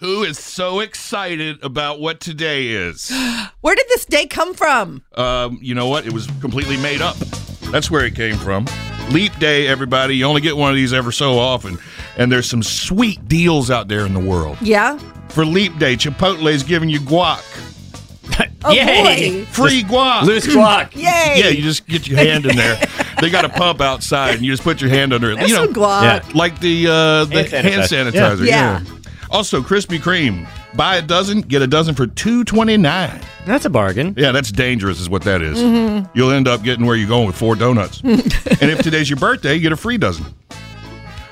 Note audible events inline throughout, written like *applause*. Who is so excited about what today is? Where did this day come from? Um, you know what? It was completely made up. That's where it came from. Leap day, everybody. You only get one of these ever so often. And there's some sweet deals out there in the world. Yeah. For Leap Day, Chipotle is giving you guac. Oh *laughs* Yay. boy. Free guac. Loose clock. Yay. Yeah, you just get your hand in *laughs* there. they got a pump outside, and you just put your hand under it. There's you know, some guac. yeah. like the uh, the hand Hand sanitizer. sanitizer. Yeah. Also, Krispy Kreme. Buy a dozen, get a dozen for two twenty nine. That's a bargain. Yeah, that's dangerous, is what that is. You'll end up getting where you're going with four donuts. and if today's your birthday, you get a free dozen.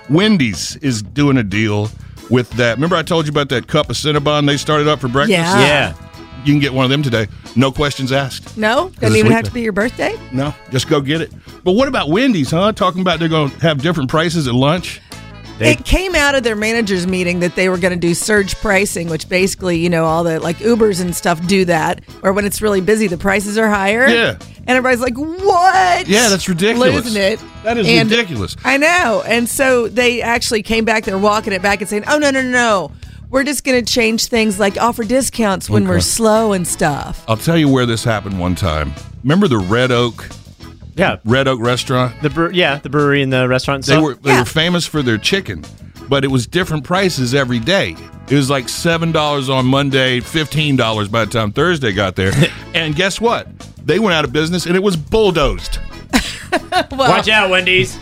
Wendy's is doing a deal with that. Remember, I told you about that cup of Cinnabon they started up for breakfast. Yeah. Yeah. you can get one of them today. No questions asked. No? Doesn't it's even sweet. have to be your birthday? No, just go get it. But what about Wendy's, huh? Talking about they're going to have different prices at lunch. They- it came out of their managers meeting that they were going to do surge pricing, which basically, you know, all the like Ubers and stuff do that, or when it's really busy, the prices are higher. Yeah. And everybody's like, "What? Yeah, that's ridiculous. Losing it. That is And- ridiculous. I know. And so they actually came back. They're walking it back and saying, "Oh no, no, no, no. We're just going to change things, like offer discounts when we're Okay. slow and stuff." I'll tell you where this happened one time. Remember the Red Oak, Yeah. Red Oak restaurant? The bre- yeah, the brewery and the restaurant. They stuff. were they Yeah. were famous for their chicken, but it was different prices every day. It was like seven dollars on Monday, fifteen dollars by the time Thursday got there. and guess what? They went out of business and it was bulldozed. Well, Oh. Watch out, Wendy's.